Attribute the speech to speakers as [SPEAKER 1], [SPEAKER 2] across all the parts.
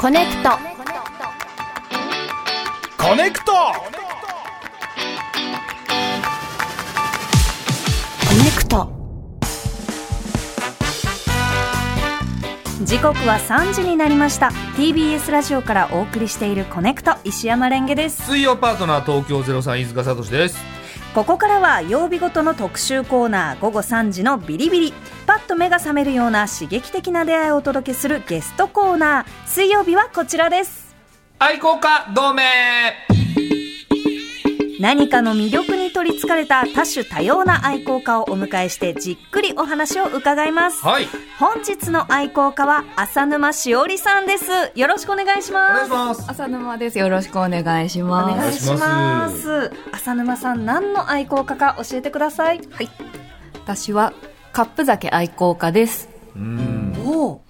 [SPEAKER 1] コネクト
[SPEAKER 2] コネクト
[SPEAKER 1] コネクト
[SPEAKER 3] 時刻は3時になりました TBS ラジオからお送りしているコネクト石山レンゲです
[SPEAKER 2] 水曜パートナー東京03飯塚聡です
[SPEAKER 3] ここからは曜日ごとの特集コーナー午後3時のビリビリパッと目が覚めるような刺激的な出会いをお届けするゲストコーナー水曜日はこちらです
[SPEAKER 2] 愛好家同盟
[SPEAKER 3] 何かの魅力に取りつかれた多種多様な愛好家をお迎えしてじっくりお話を伺います
[SPEAKER 2] はい
[SPEAKER 3] 本日の愛好家は浅沼しおりさんですよろしくお願いし
[SPEAKER 2] お
[SPEAKER 3] ま
[SPEAKER 2] 願い
[SPEAKER 3] す
[SPEAKER 2] します
[SPEAKER 4] 浅沼です。よろしくお願いし
[SPEAKER 3] お
[SPEAKER 4] ま
[SPEAKER 3] 願い
[SPEAKER 4] す。
[SPEAKER 3] しま
[SPEAKER 2] お
[SPEAKER 3] す。浅沼さん、何の愛好家か教えてください。はい。
[SPEAKER 4] 私はカップ酒愛好家です。
[SPEAKER 2] うん
[SPEAKER 3] おお。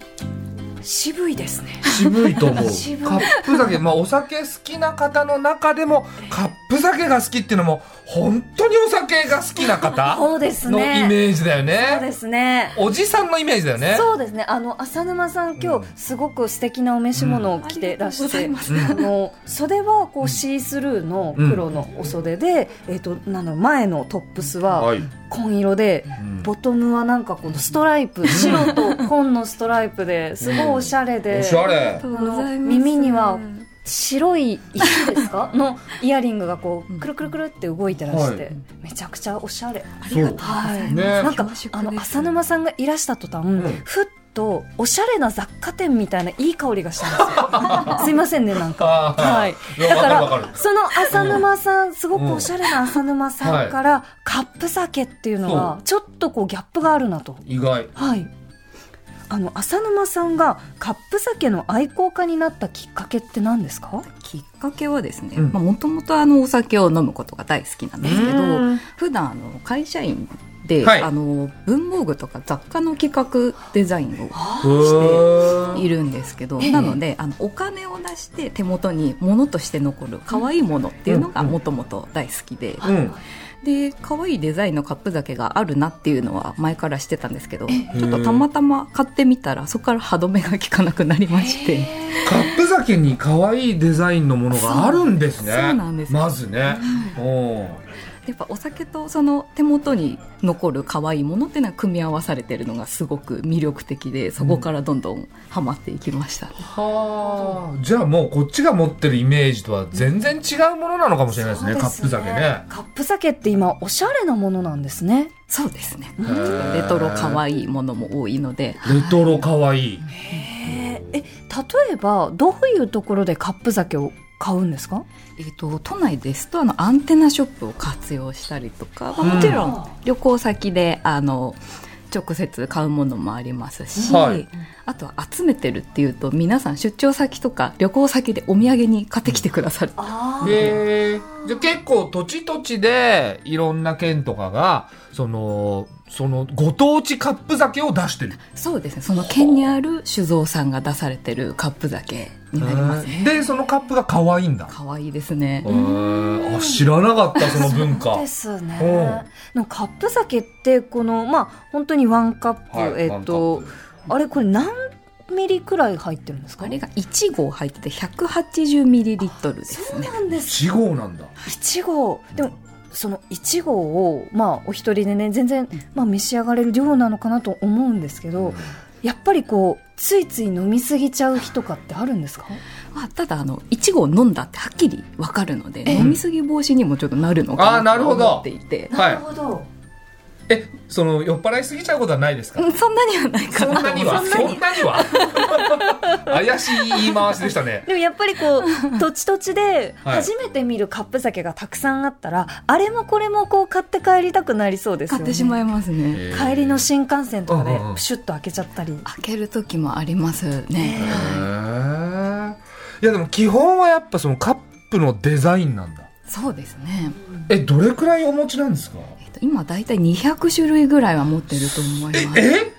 [SPEAKER 3] 渋いです ね。
[SPEAKER 2] 渋いと思う
[SPEAKER 3] 渋い
[SPEAKER 2] カップ酒まあお酒好きな方の中でもカップ酒が好きっていうのも本当にお酒が好きな 方
[SPEAKER 3] そうです
[SPEAKER 2] のイ
[SPEAKER 3] ね。
[SPEAKER 2] メージだ
[SPEAKER 3] そ
[SPEAKER 2] よ
[SPEAKER 3] う
[SPEAKER 2] ね
[SPEAKER 3] ですね。
[SPEAKER 2] おじさんのイメージだよね
[SPEAKER 3] そうですね。あの浅沼さん、今日すごく素敵なお召し物を着てらして、あの袖はこうシースルーの黒のお袖で、えっとなの前のトップスは
[SPEAKER 2] はい、
[SPEAKER 3] 紺色で、
[SPEAKER 2] うん
[SPEAKER 3] ボトムはなんかこのストライプ、白と紺のストライプですごいおしゃれで。
[SPEAKER 2] おしゃれ
[SPEAKER 3] あの耳には白い石ですかのイヤリングがこうくるくるくるって動いてらして、
[SPEAKER 2] はい
[SPEAKER 3] めちゃくちゃおしゃれ、
[SPEAKER 2] そう
[SPEAKER 3] はい
[SPEAKER 2] ね
[SPEAKER 3] なんか
[SPEAKER 4] 恐縮
[SPEAKER 3] あの
[SPEAKER 4] です
[SPEAKER 3] 浅沼さんがいらした途端、
[SPEAKER 2] ん
[SPEAKER 3] ふっとおしゃれな雑貨店みたいないい香りがしたんですよ すいませんねなんか
[SPEAKER 2] あー
[SPEAKER 3] はい
[SPEAKER 2] いや
[SPEAKER 3] だか
[SPEAKER 2] わかるわからる
[SPEAKER 3] その浅沼さんすごくおしゃれな浅沼さんからカップ酒っていうの
[SPEAKER 2] そ
[SPEAKER 3] がちょっとこうギャップがあるなと
[SPEAKER 2] 意外
[SPEAKER 3] はい。あの浅沼さんがカップ酒の愛好家になったきっかけって何ですか？
[SPEAKER 4] きっかけはですね、
[SPEAKER 2] うん
[SPEAKER 4] もともとあのお酒を飲むことが大好きなんですけど、
[SPEAKER 3] うん
[SPEAKER 4] 普段あの会社員で、
[SPEAKER 2] はい
[SPEAKER 4] あの文房具とか雑貨の企画デザインを
[SPEAKER 2] う
[SPEAKER 4] いるんですけど、なのであのお金を出して手元に物として残る可愛いものっていうのがもともと大好きで、
[SPEAKER 2] ん
[SPEAKER 4] で可愛いデザインのカップ酒があるなっていうのは前からしてたんですけどちょっとたまたま買ってみたらそこから歯止めが効かなくなりまして、
[SPEAKER 2] カップ酒に可愛いデザインのものがあるんですね。
[SPEAKER 4] そうそうなんですよ
[SPEAKER 2] まずね。う
[SPEAKER 4] やっぱお酒とその手元に残る可愛いものっていうのは組み合わされてるのがすごく魅力的でそこからどんどんハマっていきました、
[SPEAKER 2] ん。じゃあもうこっちが持ってるイメージとは全然違うものなのかもしれないですね。
[SPEAKER 3] そう
[SPEAKER 2] カ
[SPEAKER 3] で
[SPEAKER 2] ッ
[SPEAKER 3] す
[SPEAKER 2] プ
[SPEAKER 3] ね
[SPEAKER 2] 酒ね。
[SPEAKER 3] カップ酒って今おしゃれなものなんですね。
[SPEAKER 4] そうですね
[SPEAKER 2] へー
[SPEAKER 4] レトロ可愛いものも多いので
[SPEAKER 2] レトロ可愛い。
[SPEAKER 3] ええ例えばどういうところでカップ酒を買うんですか？
[SPEAKER 4] えー、と都内ですとあのアンテナショップを活用したりとか、まあ
[SPEAKER 2] うん
[SPEAKER 4] もちろん旅行先であの直接買うものもありますし、
[SPEAKER 2] はい
[SPEAKER 4] あとは集めてるっていうと皆さん出張先とか旅行先でお土産に買ってきてくださる、
[SPEAKER 3] あ
[SPEAKER 2] へえ。じゃあ結構土地土地でいろんな県とかが、その、そのご当地カップ酒を出してる。
[SPEAKER 4] そうですねその県にある酒造さんが出されてるカップ酒になりますね
[SPEAKER 2] で、そのカップが可愛いんだ。
[SPEAKER 4] 可愛いですね
[SPEAKER 2] へーあ、知らなかった、その文化。
[SPEAKER 3] ですね
[SPEAKER 2] うん。
[SPEAKER 3] でもカップ酒ってこのまあ本当にワンカップ、
[SPEAKER 2] はい
[SPEAKER 3] えっと
[SPEAKER 2] ワンカッ
[SPEAKER 3] あれこれ何ミリくらい入ってるんですか？
[SPEAKER 4] あれが1合入ってて180ミリリットルですね
[SPEAKER 3] なんです
[SPEAKER 2] 1号なんだ。
[SPEAKER 3] 1号でもその1号をまあお一人でね全然まあ召し上がれる量なのかなと思うんですけど、やっぱりこうついつい飲みすぎちゃう日とかってあるんですか
[SPEAKER 4] まあ、ただあの1合飲んだってはっきり分かるので
[SPEAKER 3] え
[SPEAKER 4] 飲みすぎ防止にもちょっとなるの
[SPEAKER 2] あー
[SPEAKER 4] か
[SPEAKER 2] な
[SPEAKER 4] な
[SPEAKER 2] る
[SPEAKER 4] と
[SPEAKER 2] ほど
[SPEAKER 4] 思っていて
[SPEAKER 2] はい
[SPEAKER 3] ほど
[SPEAKER 2] え、その酔っ払いすぎちゃうことはないですか
[SPEAKER 4] うんそんなにはないか
[SPEAKER 2] そん
[SPEAKER 4] な
[SPEAKER 2] なには、
[SPEAKER 4] そん
[SPEAKER 2] そ
[SPEAKER 4] なん
[SPEAKER 2] なには。怪しい言い回しでしたね。
[SPEAKER 3] でもやっぱりこ う土地土地で
[SPEAKER 2] はい
[SPEAKER 3] 初めて見るカップ酒がたくさんあったら、あれもこれもこう買って帰りたくなりそうですよ
[SPEAKER 4] 買
[SPEAKER 3] ね
[SPEAKER 4] ってしまいますね
[SPEAKER 3] 帰りの新幹線とか
[SPEAKER 2] うん
[SPEAKER 3] で
[SPEAKER 2] うんうん
[SPEAKER 3] プシュッと開けちゃったり、
[SPEAKER 4] 開ける時もあります
[SPEAKER 2] へ
[SPEAKER 4] ね
[SPEAKER 2] ーいやでも基本はやっぱそのカップのデザインなんだ。
[SPEAKER 4] そうですね、
[SPEAKER 2] え、どれくらいお持ちなんですか
[SPEAKER 4] えっと、今大体200種類ぐらいは持ってると思います
[SPEAKER 2] え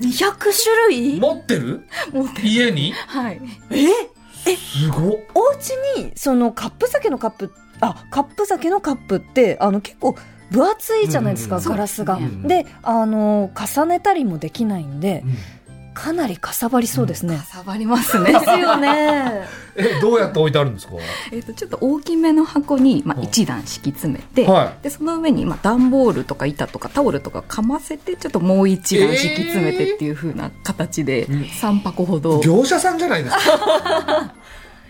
[SPEAKER 3] 200種類
[SPEAKER 2] 持ってる
[SPEAKER 4] 持ってる
[SPEAKER 2] 家に
[SPEAKER 4] はい
[SPEAKER 3] え
[SPEAKER 2] すごっ。
[SPEAKER 3] お家にそのカップ酒のカップあカップ酒のカップってあの結構分厚いじゃないですか、
[SPEAKER 2] うん
[SPEAKER 3] ガラスが。
[SPEAKER 4] そう
[SPEAKER 2] ですね
[SPEAKER 3] であの重ねたりもできないんで、かなりかさばりそうですね
[SPEAKER 4] か。さばりますね
[SPEAKER 3] ですよね。
[SPEAKER 2] えどうやって置いてあるんですか
[SPEAKER 4] えっとちょっと大きめの箱に、まあ、
[SPEAKER 2] うん
[SPEAKER 4] 1段敷き詰めて、
[SPEAKER 2] は
[SPEAKER 4] でその上に、まあ、段ボールとか板とかタオルとかかませてちょっともう一段敷き詰めてっていう風な形で
[SPEAKER 2] うん
[SPEAKER 4] 3箱ほど、
[SPEAKER 2] 業者さんじゃないですか、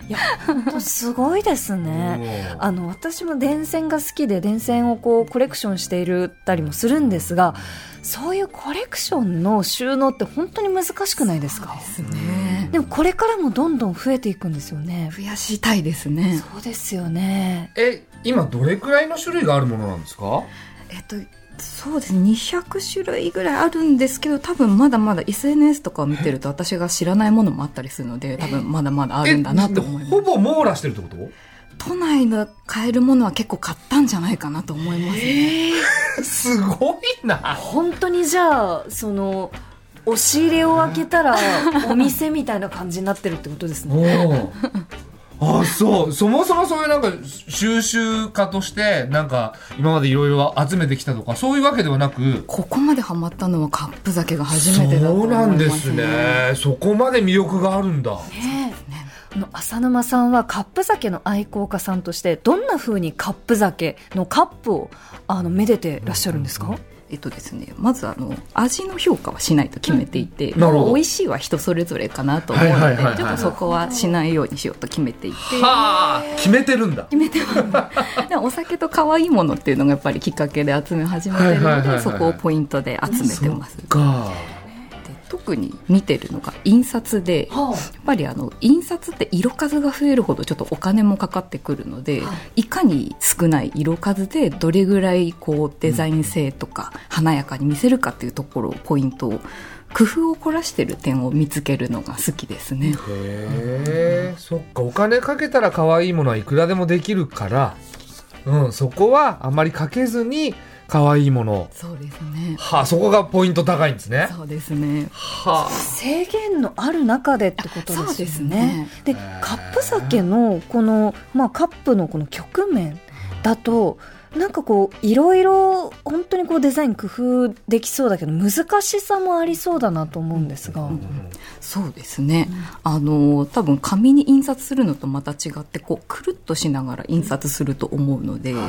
[SPEAKER 3] いや、本当すごいですね。あの私も電線が好きで電線をこうコレクションしているたりもするんですがそういうコレクションの収納って本当に難しくないですか
[SPEAKER 4] ですね
[SPEAKER 3] でもこれからもどんどん増えていくんですよね
[SPEAKER 4] 増やしたいですね
[SPEAKER 3] そうですよね
[SPEAKER 2] え今どれくらいの種類があるものなんですか
[SPEAKER 4] えっとそうですね200種類ぐらいあるんですけど多分まだまだ SNS とかを見てると私が知らないものもあったりするので多分まだまだあるんだなと思いま
[SPEAKER 2] ほ
[SPEAKER 4] す
[SPEAKER 2] ぼ網羅してるってこと
[SPEAKER 4] 都内の買えるものは結構買ったんじゃないかなと思いますね、
[SPEAKER 2] すごいな。
[SPEAKER 3] 本当にじゃあその押し入れを開けた らお店みたいな感じになってるってことですね
[SPEAKER 2] おお。 あ、そう。そもそもそういうなんか収集家として、なんか今までいろいろ集めてきたとか、そういうわけではなく、
[SPEAKER 4] ここまでハマったのはカップ酒が初めてだと
[SPEAKER 2] そ
[SPEAKER 4] 思
[SPEAKER 2] う
[SPEAKER 4] い
[SPEAKER 2] な
[SPEAKER 4] ま
[SPEAKER 2] ん
[SPEAKER 4] す、ね、
[SPEAKER 2] ですね。そこまで魅力があるんだ。
[SPEAKER 3] ねあの浅沼さんはカップ酒の愛好家さんとしてどんな風にカップ酒のカップをあのめでてらっしゃるんですか、
[SPEAKER 4] えっとですねまずあの味の評価はしないと決めていて、
[SPEAKER 2] んなるほど
[SPEAKER 4] 美味しいは人それぞれかなと思うので、
[SPEAKER 2] はいはいはいはい
[SPEAKER 4] ちょっとそこはしないようにしようと決めて いて
[SPEAKER 2] はあ、決めてるんだ。
[SPEAKER 4] 決めてます。でもお酒と可愛いものっていうのがやっぱりきっかけで集め始めてる
[SPEAKER 2] はいはい
[SPEAKER 4] の
[SPEAKER 2] はいはい
[SPEAKER 4] で、そこをポイントで集めてます。で
[SPEAKER 2] か。
[SPEAKER 4] 特に見てるのが印刷で、やっ
[SPEAKER 3] は
[SPEAKER 4] ぱりあの印刷って色数が増えるほどちょっとお金もかかってくるので、いかに少ない色数でどれぐらいこうデザイン性とか華やかに見せるかっていうところをポイントを工夫を凝らしてる点を見つけるのが好きですね。
[SPEAKER 2] へえ、そっか。お金かけたら可愛いものはいくらでもできるから、うん、そこはあまりかけずに可愛いもの。
[SPEAKER 4] そうですね。
[SPEAKER 2] はあ、そこがポイント高いんですね。
[SPEAKER 4] そうですね。
[SPEAKER 2] はあ。
[SPEAKER 3] 制限のある中でってことですよね。
[SPEAKER 4] そうですね
[SPEAKER 3] でカップ酒のこの、まあ、カップのこの局面だとなんかこういろいろ本当にこうデザイン工夫できそうだけど難しさもありそうだなと思うんですが、
[SPEAKER 4] そうですね、あの多分紙に印刷するのとまた違ってこうくるっとしながら印刷すると思うので、うん、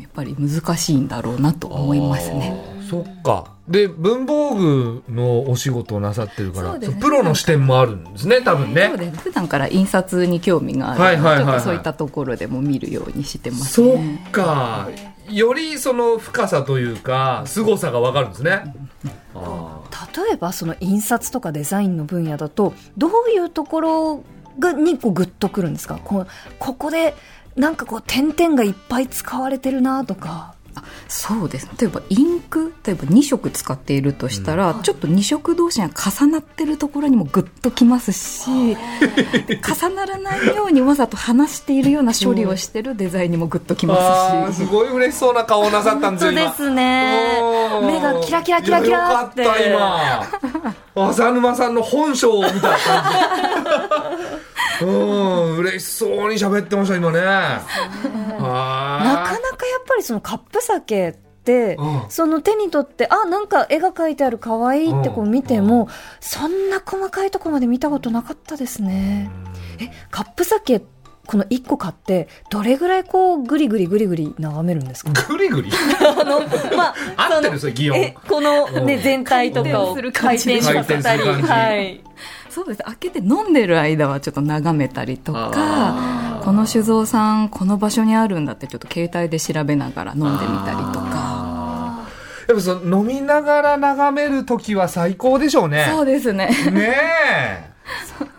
[SPEAKER 4] やっぱり難しいんだろうなと思いますね。
[SPEAKER 2] あー。そっか。で、文房具のお仕事をなさってるから、
[SPEAKER 4] そうですね
[SPEAKER 2] そうプロの視点もあるんですね、多分
[SPEAKER 4] そう
[SPEAKER 2] ね。
[SPEAKER 4] です普段から印刷に興味がある
[SPEAKER 2] はい
[SPEAKER 4] ので、
[SPEAKER 2] はいはいはい
[SPEAKER 4] ちょっとそういったところでも見るようにしてます
[SPEAKER 2] そ
[SPEAKER 4] ね。
[SPEAKER 2] っか。よりその深さというか、凄さがわかるんですね。あ
[SPEAKER 3] 例えばその印刷とかデザインの分野だとどういうところがにこうグッとくるんですかこうここでなんかこう点々がいっぱい使われてるなとか。
[SPEAKER 4] そうです例えばインク例えば2色使っているとしたら、ちょっと2色同士が重なってるところにもグッときま すし重ならないようにわざと離しているような処理をしてるデザインにもグッとき
[SPEAKER 2] ーあ
[SPEAKER 4] ま
[SPEAKER 2] ー。
[SPEAKER 4] すし
[SPEAKER 2] す。ごい嬉しそうな顔をなさったんですよ、
[SPEAKER 3] 本当
[SPEAKER 2] 今。
[SPEAKER 3] ですね
[SPEAKER 2] おー
[SPEAKER 3] 目がキラキラキラキラって
[SPEAKER 2] いやよかった、今。浅沼さんの本性を見た感じ。うん、嬉しそうに喋ってました、今ね。
[SPEAKER 3] なか
[SPEAKER 2] は
[SPEAKER 3] なかやっぱりそのカップ酒って、
[SPEAKER 2] うん
[SPEAKER 3] その手に取ってあなんか絵が描いてある可愛いってこう見ても、そんな細かいとこまで見たことなかったですね。えカップ酒この1個買ってどれぐらいこうグリグリグリグリ眺めるんですか
[SPEAKER 2] い。ぐりぐり。
[SPEAKER 3] あの、 まあ、
[SPEAKER 2] 合ってるそれ、擬
[SPEAKER 3] え
[SPEAKER 2] 音。
[SPEAKER 3] この、ね、
[SPEAKER 2] うん
[SPEAKER 3] 全体とかを
[SPEAKER 4] 回
[SPEAKER 3] 回
[SPEAKER 4] 転
[SPEAKER 3] 転
[SPEAKER 4] す
[SPEAKER 3] さ
[SPEAKER 2] る感
[SPEAKER 3] せ
[SPEAKER 2] じ
[SPEAKER 3] たり、
[SPEAKER 2] 回転する感じ
[SPEAKER 3] はい、
[SPEAKER 4] そうです開けて飲んでる間はちょっと眺めたりとかこの酒造さんこの場所にあるんだってちょっと携帯で調べながら飲んでみたりとか
[SPEAKER 2] やっぱその飲みながら眺める時は最高でしょうね。
[SPEAKER 4] そうですね。
[SPEAKER 2] ね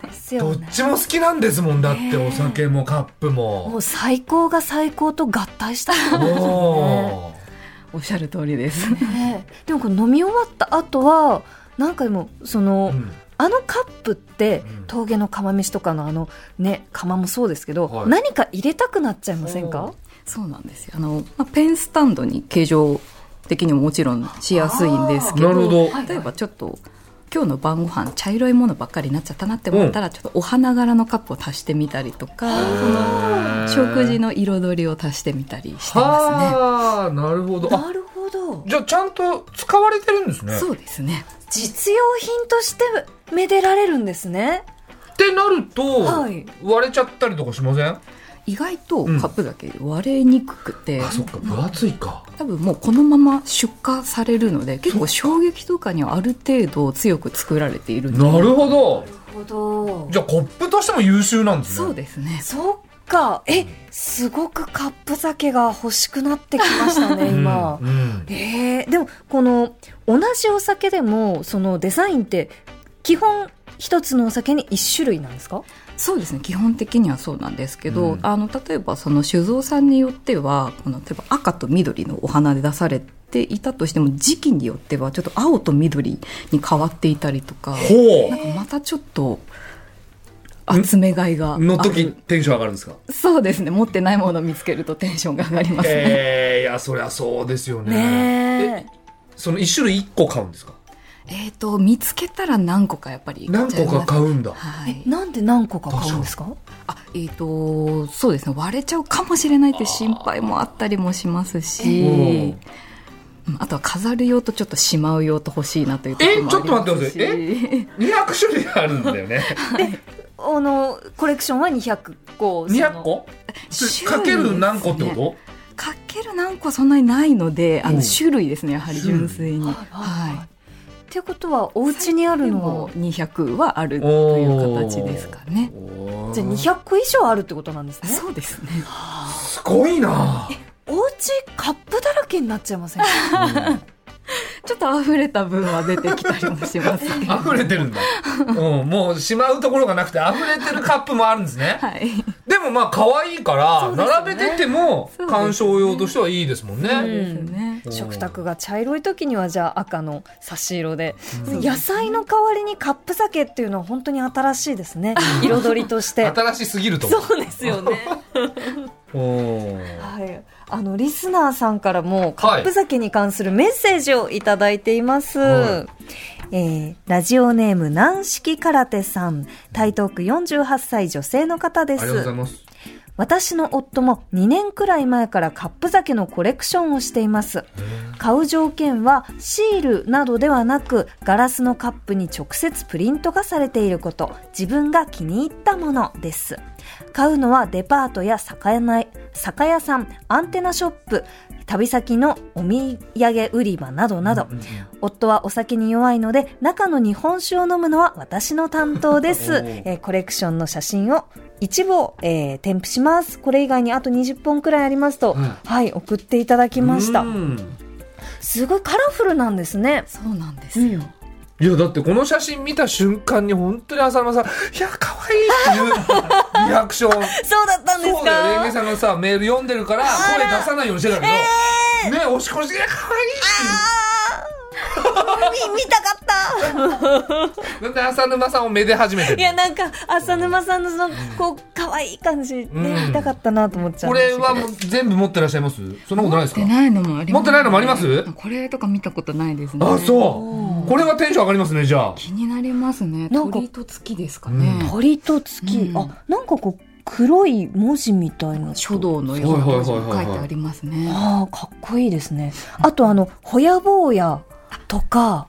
[SPEAKER 3] です
[SPEAKER 2] え。ど
[SPEAKER 3] よ
[SPEAKER 2] っ
[SPEAKER 3] ね。
[SPEAKER 2] ちも好きなんですもんだって、お酒もカップ
[SPEAKER 3] も
[SPEAKER 2] も。
[SPEAKER 3] う最高が最高と合体したも
[SPEAKER 2] お
[SPEAKER 3] のですよね。
[SPEAKER 2] ー
[SPEAKER 4] おっしゃる通りです。
[SPEAKER 3] ねえでもこれ飲み終わった後はなんかでもその、
[SPEAKER 2] うん
[SPEAKER 3] あのカップって
[SPEAKER 2] うん
[SPEAKER 3] 峠の釜飯とかのあのね釜もそうですけど、
[SPEAKER 2] はい
[SPEAKER 3] 何か入れたくなっちゃいません
[SPEAKER 2] お
[SPEAKER 3] か
[SPEAKER 2] ー
[SPEAKER 4] そうなんですよ。あの、まあ、ペンスタンドに形状的にももちろんしやすいんですけど、
[SPEAKER 2] あーなるほ
[SPEAKER 4] 例えばちょっと、今日の晩ご飯茶色いものばっかりになっちゃったなって思ったら、ちょっとお花柄のカップを足してみたりとか、その食事の彩りを足してみたりしてますね。
[SPEAKER 2] はあ、なるほど。あ
[SPEAKER 3] なるほどど
[SPEAKER 2] じゃあちゃんと使われてるんですね
[SPEAKER 4] そうですね
[SPEAKER 3] 実用品としてめでられるんですね
[SPEAKER 2] ってなると、
[SPEAKER 3] はい
[SPEAKER 2] 割れちゃったりとかしません
[SPEAKER 4] 意外とカップ酒割れにくくて、
[SPEAKER 2] っか分厚いか
[SPEAKER 4] 多分もうこのまま出荷されるので結構衝撃とかにはある程度強く作られているんで
[SPEAKER 2] なるほど
[SPEAKER 3] なるほど
[SPEAKER 2] じゃあコップとしても優秀なんですね
[SPEAKER 4] そうですね
[SPEAKER 3] そっかえすごくカップ酒が欲しくなってきましたね今、
[SPEAKER 2] うんうん
[SPEAKER 3] えーでもこの同じお酒でもそのデザインって基本一つのお酒に一種類なんですか
[SPEAKER 4] そうですね基本的にはそうなんですけど、
[SPEAKER 2] うん
[SPEAKER 4] あの例えばその酒造さんによってはこの例えば赤と緑のお花で出されていたとしても時期によってはちょっと青と緑に変わっていたりとか
[SPEAKER 2] ほ
[SPEAKER 4] またちょっと集め買いがあ
[SPEAKER 2] う
[SPEAKER 4] る
[SPEAKER 2] の時テンション上がるんですか
[SPEAKER 4] そうですね持ってないものを見つけるとテンションが上がりますね、
[SPEAKER 2] えー、いやそりゃそうですよね
[SPEAKER 3] ねえ
[SPEAKER 2] その1種類1個買うんですか
[SPEAKER 4] えっ、と見つけたら何個かやっぱり買っ
[SPEAKER 2] 何
[SPEAKER 4] ちゃい
[SPEAKER 2] 個
[SPEAKER 4] ます
[SPEAKER 2] か買うんだ
[SPEAKER 4] はい、
[SPEAKER 3] なんで何個か買うんですか
[SPEAKER 4] あえっ、とそうですね割れちゃうかもしれないって心配もあったりもしますし、
[SPEAKER 2] うん
[SPEAKER 4] うんあとは飾る用とちょっとしまう用と欲しいなというところもありますし
[SPEAKER 2] えちょっと待
[SPEAKER 4] って
[SPEAKER 2] 200種類あるんだ よね
[SPEAKER 3] あのコレクションは200個その
[SPEAKER 2] 200個
[SPEAKER 4] 種類
[SPEAKER 2] かける何個ってこと
[SPEAKER 4] かける何個はそんなにないのであ
[SPEAKER 2] うん
[SPEAKER 4] の種類ですねやはり純粋に、
[SPEAKER 3] はいはいはい
[SPEAKER 4] はい
[SPEAKER 3] っていうことはお家にあるの
[SPEAKER 4] も
[SPEAKER 3] は
[SPEAKER 4] 200はあるという形ですかね
[SPEAKER 2] おー
[SPEAKER 3] じゃあ200個以上あるってことなんですね
[SPEAKER 4] そうですね
[SPEAKER 2] すごいな
[SPEAKER 3] お家カップだらけになっちゃいませんか
[SPEAKER 4] ちょっと溢れた分は出てきたりもし ますけど
[SPEAKER 2] 溢れてるんだ、うん、もうしまうところがなくて溢れてるカップもあるんですね
[SPEAKER 4] はい
[SPEAKER 2] でもまあ可愛いから、
[SPEAKER 3] そうですよね
[SPEAKER 2] 並べてても
[SPEAKER 4] そうですね
[SPEAKER 2] 鑑賞用としてはいいですもん
[SPEAKER 4] そう
[SPEAKER 2] ね。
[SPEAKER 4] ですね
[SPEAKER 2] うん
[SPEAKER 3] 食卓が茶色い時にはじゃあ赤の差し色で、
[SPEAKER 4] うん
[SPEAKER 3] 野菜の代わりにカップ酒っていうのは本当に新しいですね彩りとして
[SPEAKER 2] 新しすぎると思う
[SPEAKER 3] そうですよね
[SPEAKER 2] おー。
[SPEAKER 3] はい、あのリスナーさんからもカ
[SPEAKER 2] はい
[SPEAKER 3] ップ酒に関するメッセージをいただいています、
[SPEAKER 2] は
[SPEAKER 3] えーラジオネーム軟式空手さん台東区48歳女性の方
[SPEAKER 2] あ
[SPEAKER 3] で
[SPEAKER 2] りがとうござ
[SPEAKER 3] す
[SPEAKER 2] います。
[SPEAKER 3] 私の夫も2年くらい前からカップ酒のコレクションをしています買う条件はシールなどではなくガラスのカップに直接プリントがされていること自分が気に入ったものです買うのはデパートや酒屋内酒屋さんアンテナショップ旅先のお土産売り場などなど、
[SPEAKER 2] うんうん
[SPEAKER 3] 夫はお酒に弱いので中の日本酒を飲むのは私の担当で
[SPEAKER 2] お
[SPEAKER 3] す
[SPEAKER 2] う、
[SPEAKER 3] えーコレクションの写真を一部を、えー添付しますこれ以外にあと20本くらいありますと、
[SPEAKER 2] うん
[SPEAKER 3] はい送っていただきました
[SPEAKER 2] うん
[SPEAKER 3] すごいカラフルなんですね
[SPEAKER 4] そうなんですよ、
[SPEAKER 2] いやだってこの写真見た瞬間に本当に浅間さん「いや可愛いっていうリアクション
[SPEAKER 3] そうだったんです
[SPEAKER 2] そうだよレンゲ
[SPEAKER 3] か
[SPEAKER 2] さんがさメール読んでるから声出さないようにしてたけど、ね押し殺して「いや可愛い
[SPEAKER 3] み見たかった
[SPEAKER 2] ってなんで浅沼さんをめで始めて
[SPEAKER 3] いや
[SPEAKER 2] る
[SPEAKER 3] なんか浅沼さんのそのこう可愛い感じ、ね
[SPEAKER 2] うん
[SPEAKER 3] 見たかったなと思っちゃ
[SPEAKER 2] こ
[SPEAKER 3] うんです
[SPEAKER 2] れ
[SPEAKER 3] けど
[SPEAKER 2] はもう全部持ってらっしゃいますそんなことないですか
[SPEAKER 4] 持ってないのもありま
[SPEAKER 2] 持
[SPEAKER 4] す、
[SPEAKER 2] ってないのもあります
[SPEAKER 4] これとか見たことないですね
[SPEAKER 2] あそうこれはテンション上がりますねじゃあ
[SPEAKER 4] 気になりますね
[SPEAKER 3] なんか
[SPEAKER 4] 鳥と月ですかね、
[SPEAKER 2] うん
[SPEAKER 3] 鳥と月、
[SPEAKER 4] うん
[SPEAKER 3] あなんかこう黒い文字みたいな
[SPEAKER 4] 書道のような文字
[SPEAKER 2] はいはい
[SPEAKER 4] が
[SPEAKER 2] はいはいはい
[SPEAKER 4] 書いてありますね
[SPEAKER 3] ああ、かっこいいですね。あと、あの、ほやぼうやとか、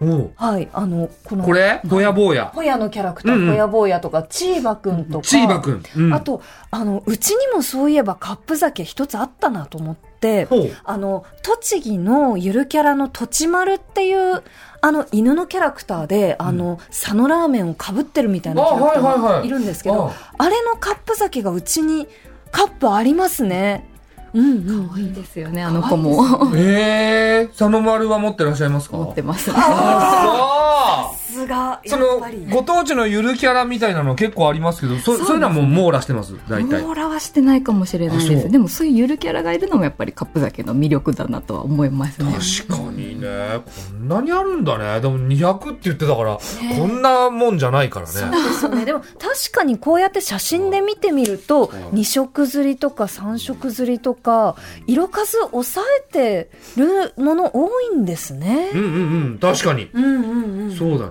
[SPEAKER 2] おう
[SPEAKER 3] はい、あの、この、
[SPEAKER 2] これほやぼうや
[SPEAKER 3] ほやのキャラクター、
[SPEAKER 2] うんうん
[SPEAKER 3] ほやぼうやとか、チーバくんとか、
[SPEAKER 2] チーバくん、うん
[SPEAKER 3] あと、あの、うちにもそういえばカップ酒一つあったなと思って、
[SPEAKER 2] ほう
[SPEAKER 3] あの、栃木のゆるキャラのとちまるっていう、あの、犬のキャラクターで、あの、佐野ラーメンをかぶってるみたいなキャラクタ
[SPEAKER 2] あはいはい
[SPEAKER 3] ー
[SPEAKER 2] は
[SPEAKER 3] が
[SPEAKER 2] い
[SPEAKER 3] いるんですけど、
[SPEAKER 2] あ
[SPEAKER 3] あれのカップ酒がうちに、カップありますね。うんうん。
[SPEAKER 4] 可愛いですよねあの子も、
[SPEAKER 2] えー、佐野丸は持ってらっしゃいますか
[SPEAKER 4] 持ってますね
[SPEAKER 2] あ
[SPEAKER 3] さすが、
[SPEAKER 2] そうそのご当地のゆるキャラみたいなの結構ありますけどそそう,、いうのはもう網羅してます大体
[SPEAKER 4] オーラはしてないかもしれない
[SPEAKER 2] あ
[SPEAKER 4] で
[SPEAKER 2] そう
[SPEAKER 4] すでもそういうゆるキャラがいるのもやっぱりカップ酒の魅力だなとは思いますね
[SPEAKER 2] 確かにねこんなにあるんだねでも200って言ってたから、こんなもんじゃないからね
[SPEAKER 3] ですよね。でも確かにこうやって写真で見てみると、2色刷りとか3色刷りとか、色数抑えてるもの多いんですね
[SPEAKER 2] う。んうんうん確かに、
[SPEAKER 3] うんうんうん。
[SPEAKER 2] そうだ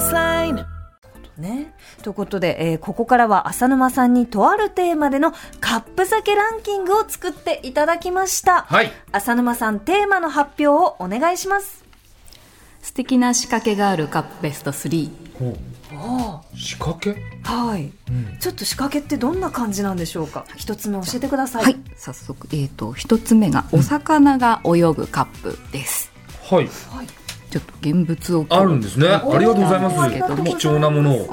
[SPEAKER 5] Priceline.
[SPEAKER 3] ね。ということで、えーここからは浅沼さんにとあるテーマでのカップ酒ランキングを作っていただきました。
[SPEAKER 2] はい
[SPEAKER 3] 浅沼さん、テーマの発表をお願いします。
[SPEAKER 4] 素敵な仕掛けがあるカップベスト3
[SPEAKER 2] ほう仕掛け
[SPEAKER 3] はい、ちょっと仕掛けってどんな感じなんでしょうか一つ目教えてください。
[SPEAKER 4] はい、早速、えー、と一つ目がお魚が泳ぐカップです、
[SPEAKER 2] はい
[SPEAKER 4] ちょっと現物を
[SPEAKER 2] あるんですねありがとうございます
[SPEAKER 4] けども
[SPEAKER 2] 貴重なものを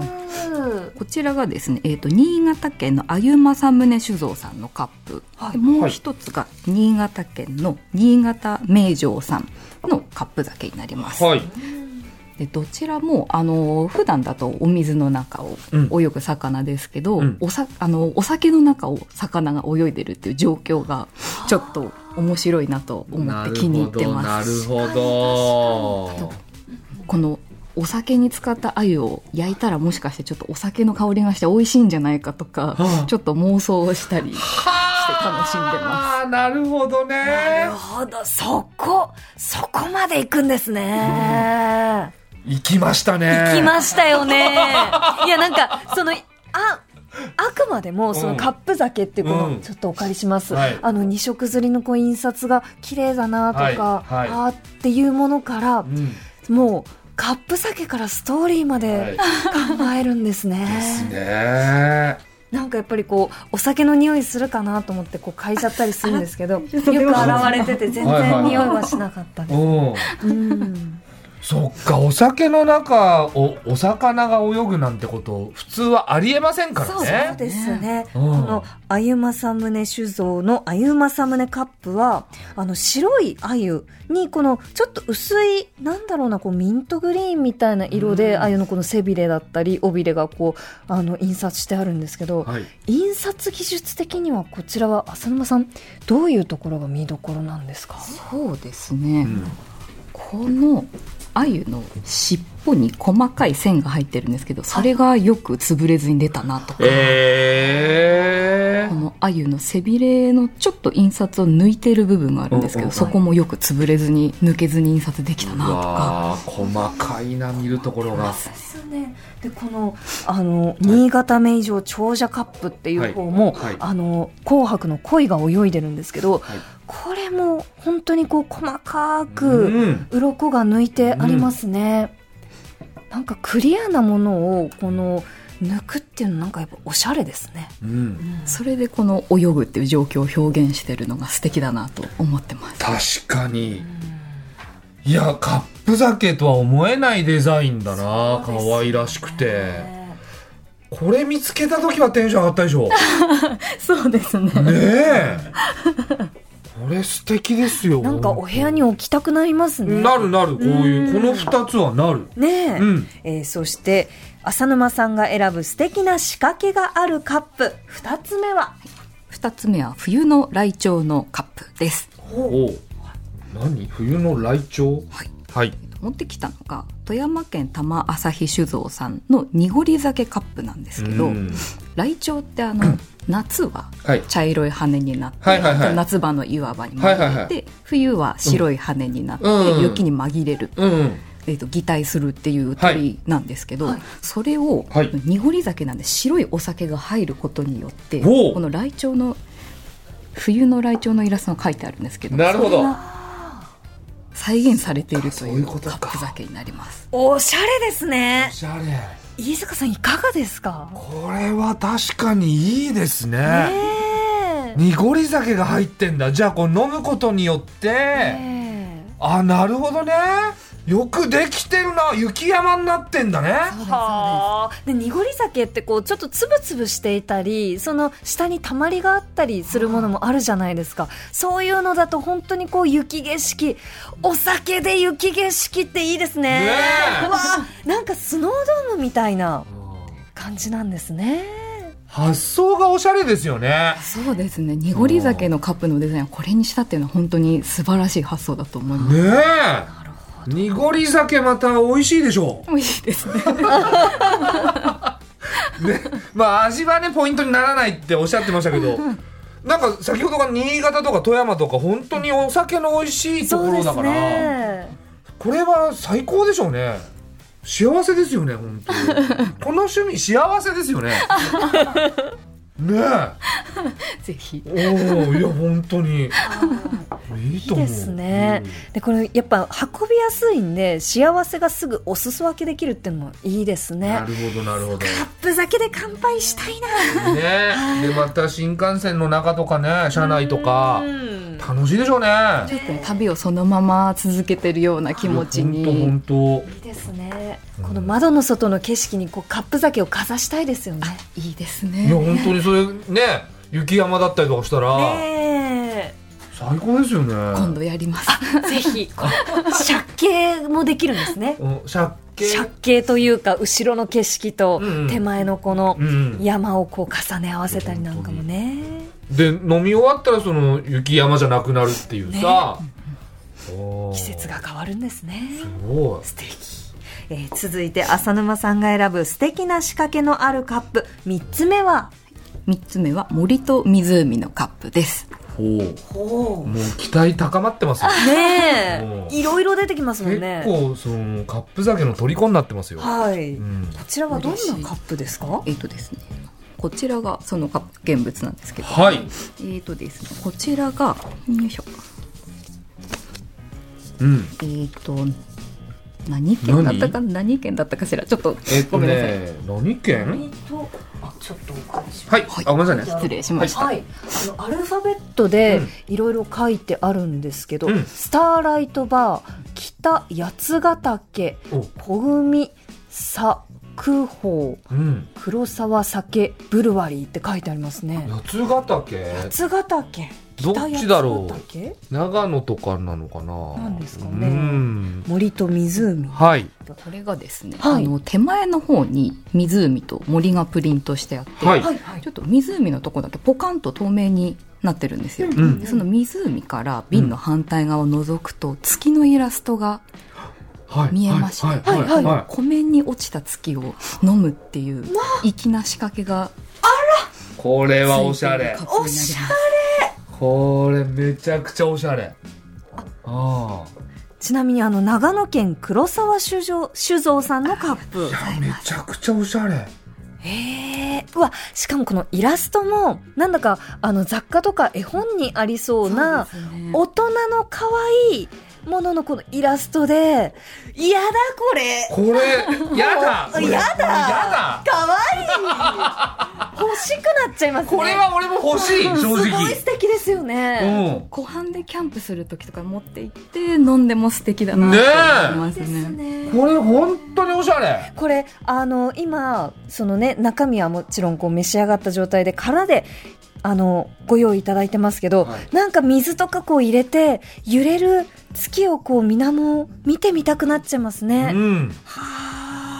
[SPEAKER 4] こちらがですね、えー、と新潟県の歩正宗酒造さんのカップ、
[SPEAKER 3] はい
[SPEAKER 4] でもう一つが新潟県の新潟名城さんのカップ酒になります、
[SPEAKER 2] はい
[SPEAKER 4] でどちらもあの普段だとお水の中を
[SPEAKER 2] うん
[SPEAKER 4] 泳ぐ魚ですけど、
[SPEAKER 2] うん
[SPEAKER 4] おさあのお酒の中を魚が泳いでるっていう状況がちょっと面白いなと思って気に入ってます。
[SPEAKER 2] なるほど
[SPEAKER 4] このお酒に使った鮎を焼いたらもしかしてちょっとお酒の香りがして美味しいんじゃないかとか、
[SPEAKER 2] はあ
[SPEAKER 4] ちょっと妄想をしたりして楽しんでます。
[SPEAKER 2] あーなるほどね
[SPEAKER 3] なるほど、そこ、そこまで行くんですね。
[SPEAKER 2] 行きましたね
[SPEAKER 3] 行きましたよ ね。いや、なんか、その、あ、あくまでも、そのカップ酒っていうこ
[SPEAKER 2] う
[SPEAKER 3] の
[SPEAKER 2] ん、
[SPEAKER 3] ちょっとお借りします。
[SPEAKER 2] はい
[SPEAKER 3] あの、二色刷りのこう印刷が綺麗だなとか、
[SPEAKER 2] はいはい
[SPEAKER 3] あーっていうものから
[SPEAKER 2] う、ん
[SPEAKER 3] もう、カップ酒からストーリーま
[SPEAKER 2] は
[SPEAKER 3] で
[SPEAKER 2] い
[SPEAKER 3] 考えるんですね。
[SPEAKER 2] ですね
[SPEAKER 3] なんかやっぱりこう、お酒の匂いするかなと思って、こう、嗅いじゃったりするんですけど、よく現れてて、全
[SPEAKER 2] はいはい
[SPEAKER 3] 然匂いはしなかったです。
[SPEAKER 2] うん
[SPEAKER 3] うん
[SPEAKER 2] そっかお酒の中をお魚が泳ぐなんてこと普通はありえませんからね
[SPEAKER 3] そうですね。
[SPEAKER 2] う
[SPEAKER 3] こ
[SPEAKER 2] ん
[SPEAKER 3] の、あゆまさむね酒造のあゆまさむねカップは、あの、白いあゆに、この、ちょっと薄い、なんだろうな、こう、ミントグリーンみたいな色で、あゆのこの背びれだったり、尾びれがこう、あの、印刷してあるんですけど、
[SPEAKER 2] はい
[SPEAKER 3] 印刷技術的には、こちらは、浅沼さん、どういうところが見どころなんですか
[SPEAKER 4] そうですね、
[SPEAKER 2] うん
[SPEAKER 4] この鮎の尻尾に細かい線が入ってるんですけどそれがよく潰れずに出たなとか、
[SPEAKER 2] え
[SPEAKER 4] この鮎の背びれのちょっと印刷を抜いてる部分があるんですけ
[SPEAKER 2] うんうんう
[SPEAKER 4] ど
[SPEAKER 2] ん
[SPEAKER 4] そこもよく潰れずに抜けずに印刷できた
[SPEAKER 2] ー、
[SPEAKER 4] なとか
[SPEAKER 2] わー細かいな見るところが
[SPEAKER 3] そうですよね。で、この、あの、新潟名城長者カップっていう方も、
[SPEAKER 2] はいはい
[SPEAKER 3] あの、紅白の恋が泳いでるんですけど、
[SPEAKER 2] はい
[SPEAKER 3] これも本当にこう細かく、
[SPEAKER 2] うん
[SPEAKER 3] 鱗が抜いてありますね。なんかクリアなものを、この、抜くっていうのなんかやっぱおしゃれですね。
[SPEAKER 2] うん
[SPEAKER 4] それでこの泳ぐっていう状況を表現してるのが素敵だなと思ってます
[SPEAKER 2] 確かにいやカップ酒とは思えないデザインだな可愛らしくてこれ見つけた時はテンション上がったでしょね
[SPEAKER 4] そうですね
[SPEAKER 2] えこれ素敵ですよ
[SPEAKER 3] なんかお部屋に置きたくなりますね。
[SPEAKER 2] なるなるこういうこの2つはなる
[SPEAKER 3] ねえ、
[SPEAKER 2] うん
[SPEAKER 3] えーそして浅沼さんが選ぶ素敵な仕掛けがあるカップ2つ目は
[SPEAKER 4] 2つ目は冬のライチョウのカップです
[SPEAKER 2] おう何冬のライチョウ
[SPEAKER 4] はい
[SPEAKER 2] はい
[SPEAKER 4] 持ってきたのが富山県玉旭酒造さんの濁り酒カップなんですけど、
[SPEAKER 2] うん
[SPEAKER 4] ライチョウって あの夏は
[SPEAKER 2] はい
[SPEAKER 4] 茶色い羽になって、
[SPEAKER 2] はいはいはい
[SPEAKER 4] 夏場の岩場に紛れて、
[SPEAKER 2] はいはいはい
[SPEAKER 4] 冬は白い羽になって、
[SPEAKER 2] うん
[SPEAKER 4] 雪に紛れる、
[SPEAKER 2] うんうん
[SPEAKER 4] えー、と擬態するっていう鳥なんですけど、それを、
[SPEAKER 2] はい
[SPEAKER 4] 濁り酒なんで白いお酒が入ることによって
[SPEAKER 2] おう
[SPEAKER 4] このライチョウの冬のライチョウのイラストが書いてあるんですけど
[SPEAKER 2] なるほど
[SPEAKER 4] それが再現されていると
[SPEAKER 2] そう
[SPEAKER 4] い
[SPEAKER 2] いう
[SPEAKER 4] うカ
[SPEAKER 2] ことか
[SPEAKER 4] ップ酒になります。
[SPEAKER 3] おしゃれですね
[SPEAKER 2] おしゃれ
[SPEAKER 3] 飯塚さんいかがですか
[SPEAKER 2] これは確かにいいですね
[SPEAKER 3] ね
[SPEAKER 2] 濁り酒が入ってんだじゃあこう飲むことによって、
[SPEAKER 3] えね
[SPEAKER 2] あなるほどねよくできてるな雪山になってんだね
[SPEAKER 3] えはあで濁り酒ってこうちょっとつぶつぶしていたりその下にたまりがあったりするものもあるじゃないですかそういうのだと本当にこう雪景色お酒で雪景色っていいですね
[SPEAKER 2] ねえ
[SPEAKER 3] うわなんかスノードームみたいな感じなんですね。
[SPEAKER 2] 発想がおしゃれですよね
[SPEAKER 4] そうですね濁り酒のカップのデザインをこれにしたっていうのは本当に素晴らしい発想だと思います。
[SPEAKER 2] ねえ濁り酒また美味しいでしょ
[SPEAKER 4] 美味しいですね。
[SPEAKER 2] う、ね、まあ味はねポイントにならないっておっしゃってましたけどなんか先ほどが新潟とか富山とか本当にお酒の美味しいとこ
[SPEAKER 3] そう
[SPEAKER 2] ろ
[SPEAKER 3] で
[SPEAKER 2] だ
[SPEAKER 3] す
[SPEAKER 2] から、
[SPEAKER 3] ね。
[SPEAKER 2] これは最高でしょうね幸せですよね本当にこの趣味幸せです よねね
[SPEAKER 4] ぜひ
[SPEAKER 2] えおおいや本当にいい
[SPEAKER 3] い
[SPEAKER 2] と
[SPEAKER 3] い
[SPEAKER 2] 思う
[SPEAKER 3] ですね、でこれやっぱ運びやすいんで幸せがすぐお裾分けできるっていうのもいいです
[SPEAKER 2] うん
[SPEAKER 3] ね
[SPEAKER 2] なるほどなるほど
[SPEAKER 3] カップ酒で乾杯したいな
[SPEAKER 2] ねでまた新幹線の中とかね車内とか楽しいでしょうね
[SPEAKER 4] ちょっとね旅をそのまま続けてるような気持ちに
[SPEAKER 2] 本当本
[SPEAKER 3] いいですねこの窓の外の景色にこうカップ酒をかざしたいですよね
[SPEAKER 4] いいです
[SPEAKER 2] 当いや
[SPEAKER 4] ね。
[SPEAKER 2] 本当にそれね雪山だったりとかしたら、
[SPEAKER 3] ね
[SPEAKER 2] 最高ですよね
[SPEAKER 4] 今度やります。
[SPEAKER 3] えぜひこう借景もできるんですね
[SPEAKER 2] うん借景
[SPEAKER 3] 借景というか後ろの景色と
[SPEAKER 2] うんうん
[SPEAKER 3] 手前のこの
[SPEAKER 2] うん
[SPEAKER 3] 山をこう重ね合わせたりなんかもね
[SPEAKER 2] で飲み終わったらその雪山じゃなくなるっていうさ、おー
[SPEAKER 3] 季節が変わるんですね
[SPEAKER 2] すごい
[SPEAKER 3] 素敵、えー続いて浅沼さんが選ぶ素敵な仕掛けのあるカップ3つ目は
[SPEAKER 4] 三つ目は森と湖のカップです。
[SPEAKER 2] ほうもう期待高まってますよ
[SPEAKER 3] ね
[SPEAKER 2] おー
[SPEAKER 3] えいろいろ出てきますもん
[SPEAKER 2] 結
[SPEAKER 3] ね
[SPEAKER 2] 構そのカップ酒の虜になってますよ、
[SPEAKER 3] はい、
[SPEAKER 2] うん
[SPEAKER 3] こちらはどんなカップですか
[SPEAKER 4] えっ、とですね。こちらがそのカップ現物なんですけど。
[SPEAKER 2] はい
[SPEAKER 4] えっ、とですね。こちらがよいしょ。
[SPEAKER 2] うん
[SPEAKER 4] えっ、と何県だったか何県だったかしら。ちょっと
[SPEAKER 2] えっ
[SPEAKER 4] ご
[SPEAKER 2] と
[SPEAKER 4] めんなさい。
[SPEAKER 2] ね何県
[SPEAKER 3] あちょっとお借りし
[SPEAKER 2] はい、あごめんなさいね
[SPEAKER 4] 失礼しました。
[SPEAKER 3] はい、あのアルファベットでいろいろ書いてあるんですけど、
[SPEAKER 2] うん
[SPEAKER 3] スターライトバー北八ヶ岳
[SPEAKER 2] お
[SPEAKER 3] 小組佐久保
[SPEAKER 2] うん
[SPEAKER 3] 黒沢酒ブルワリーって書いてありますね
[SPEAKER 2] 八ヶ岳
[SPEAKER 3] 八ヶ岳
[SPEAKER 2] どっちだろう
[SPEAKER 3] 北八ヶ岳
[SPEAKER 2] 長野とかなのかな
[SPEAKER 3] なんですかね
[SPEAKER 2] うん
[SPEAKER 3] 森と湖
[SPEAKER 2] はい
[SPEAKER 4] これがですね、
[SPEAKER 3] はい
[SPEAKER 4] あの手前の方に湖と森がプリントしてあって、
[SPEAKER 2] はい
[SPEAKER 3] はいはい
[SPEAKER 4] ちょっと湖のとこだけポカンと透明になってるんですよ、
[SPEAKER 2] ん
[SPEAKER 4] でその湖から瓶の反対側を覗くと月のイラストが
[SPEAKER 2] はい
[SPEAKER 4] 見えました
[SPEAKER 2] はいはいはいは
[SPEAKER 4] 湖面に落ちた月を飲むっていう粋な仕掛けが
[SPEAKER 2] いこれはおしゃれ
[SPEAKER 4] おしゃ
[SPEAKER 2] これめちゃくちゃおしゃれあ
[SPEAKER 3] ちなみにあの長野県黒沢酒造酒造さんのカップ
[SPEAKER 2] あめちゃくちゃおしゃれ
[SPEAKER 3] へえうわしかもこのイラストもなんだかあの雑貨とか絵本にありそうな大人の可愛いもののこのイラストでいやだこれ
[SPEAKER 2] こ れやだこれ
[SPEAKER 3] やだ
[SPEAKER 2] やだ
[SPEAKER 3] 可愛い欲しくなっちゃいますね
[SPEAKER 2] これは俺も欲しい
[SPEAKER 3] す
[SPEAKER 2] 正
[SPEAKER 3] ごい
[SPEAKER 2] 直
[SPEAKER 3] 素敵ですよ
[SPEAKER 2] う
[SPEAKER 3] ね、
[SPEAKER 2] ん
[SPEAKER 4] 湖畔でキャンプする時とか持って行って飲んでも素敵だな
[SPEAKER 2] ね
[SPEAKER 4] と思います
[SPEAKER 3] で
[SPEAKER 4] ね
[SPEAKER 3] すね
[SPEAKER 2] これ本当におしゃれ
[SPEAKER 3] これあの今そのね中身はもちろんこう召し上がった状態で殻であのご用意いただいてますけど、
[SPEAKER 2] はい
[SPEAKER 3] なんか水とかこう入れて揺れる月をこう水面を見てみたくなっちゃいますね、
[SPEAKER 2] うんこ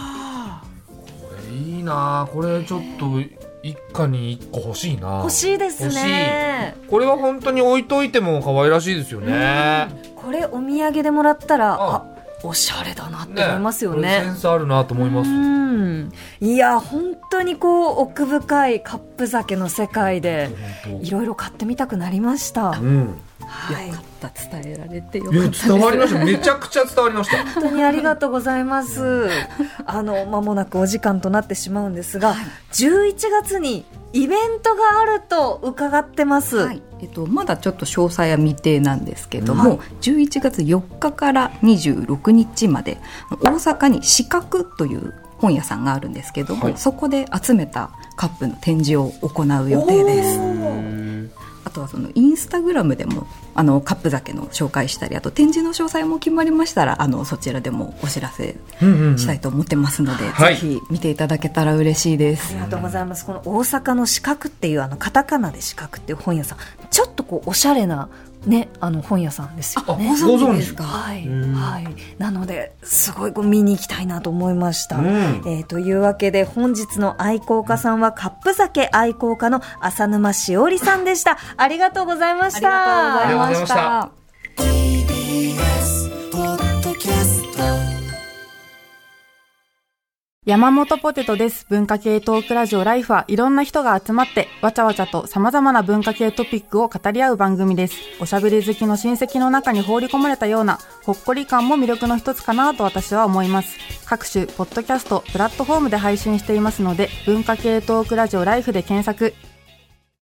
[SPEAKER 2] れいいなこれちょっと一家に一個欲しいな
[SPEAKER 3] 欲しいですね
[SPEAKER 2] これは本当に置いといても可愛らしいですよね。
[SPEAKER 3] これお土産でもらったら
[SPEAKER 2] あ
[SPEAKER 3] あおしゃれだなって
[SPEAKER 2] ね
[SPEAKER 3] 思いますよ
[SPEAKER 2] これ
[SPEAKER 3] ね
[SPEAKER 2] センスあるなと思います。
[SPEAKER 3] うんいや本当にこう奥深いカップ酒の世界で
[SPEAKER 2] 本
[SPEAKER 3] いろいろ買ってみたくなりました、
[SPEAKER 2] 当うん。
[SPEAKER 3] はい
[SPEAKER 4] また伝えられてよか
[SPEAKER 2] いや
[SPEAKER 4] ったです
[SPEAKER 2] 伝わりました。めちゃくちゃ伝わりました。
[SPEAKER 3] 本当にありがとうござい ます。あの、まもなくお時間となってしまうんですが、11月にイベントがあると伺ってます。
[SPEAKER 4] はいえっと、まだちょっと詳細は未定なんですけども、11月4日から26日まで大阪に四角という本屋さんがあるんですけども、そこで集めたカップの展示を行う予定です。あとはそのインスタグラムでもあのカップ酒の紹介したりあと展示の詳細も決まりましたらあのそちらでもお知らせしたいと思ってますので、
[SPEAKER 2] はい
[SPEAKER 4] ぜひ見ていただけたら嬉しいで
[SPEAKER 3] あ。
[SPEAKER 4] す
[SPEAKER 3] りがとうございます。この大阪の四角っていう、あの、カタカナで四角っていう本屋さん、ちょっとこう、おしゃれなね、あの本屋さんですよね。
[SPEAKER 2] あご存知
[SPEAKER 3] ですか。はい、
[SPEAKER 2] うん
[SPEAKER 3] はい、なので、すごいこう見に行きたいなと思いました。
[SPEAKER 2] うん
[SPEAKER 3] えーというわけで、本日の愛好家さんはカップ酒愛好家の浅沼しおりさんでした。ありがとうございました。
[SPEAKER 4] ありがとうござい
[SPEAKER 2] ありがとうござい
[SPEAKER 4] ま
[SPEAKER 2] ま
[SPEAKER 4] し
[SPEAKER 2] したた。
[SPEAKER 6] 山本ポテトです。文化系トークラジオライフはいろんな人が集まって、わちゃわちゃと様々な文化系トピックを語り合う番組です。おしゃべり好きの親戚の中に放り込まれたような、ほっこり感も魅力の一つかなと私は思います。各種、ポッドキャスト、プラットフォームで配信していますので、文化系トークラジオライフで検索、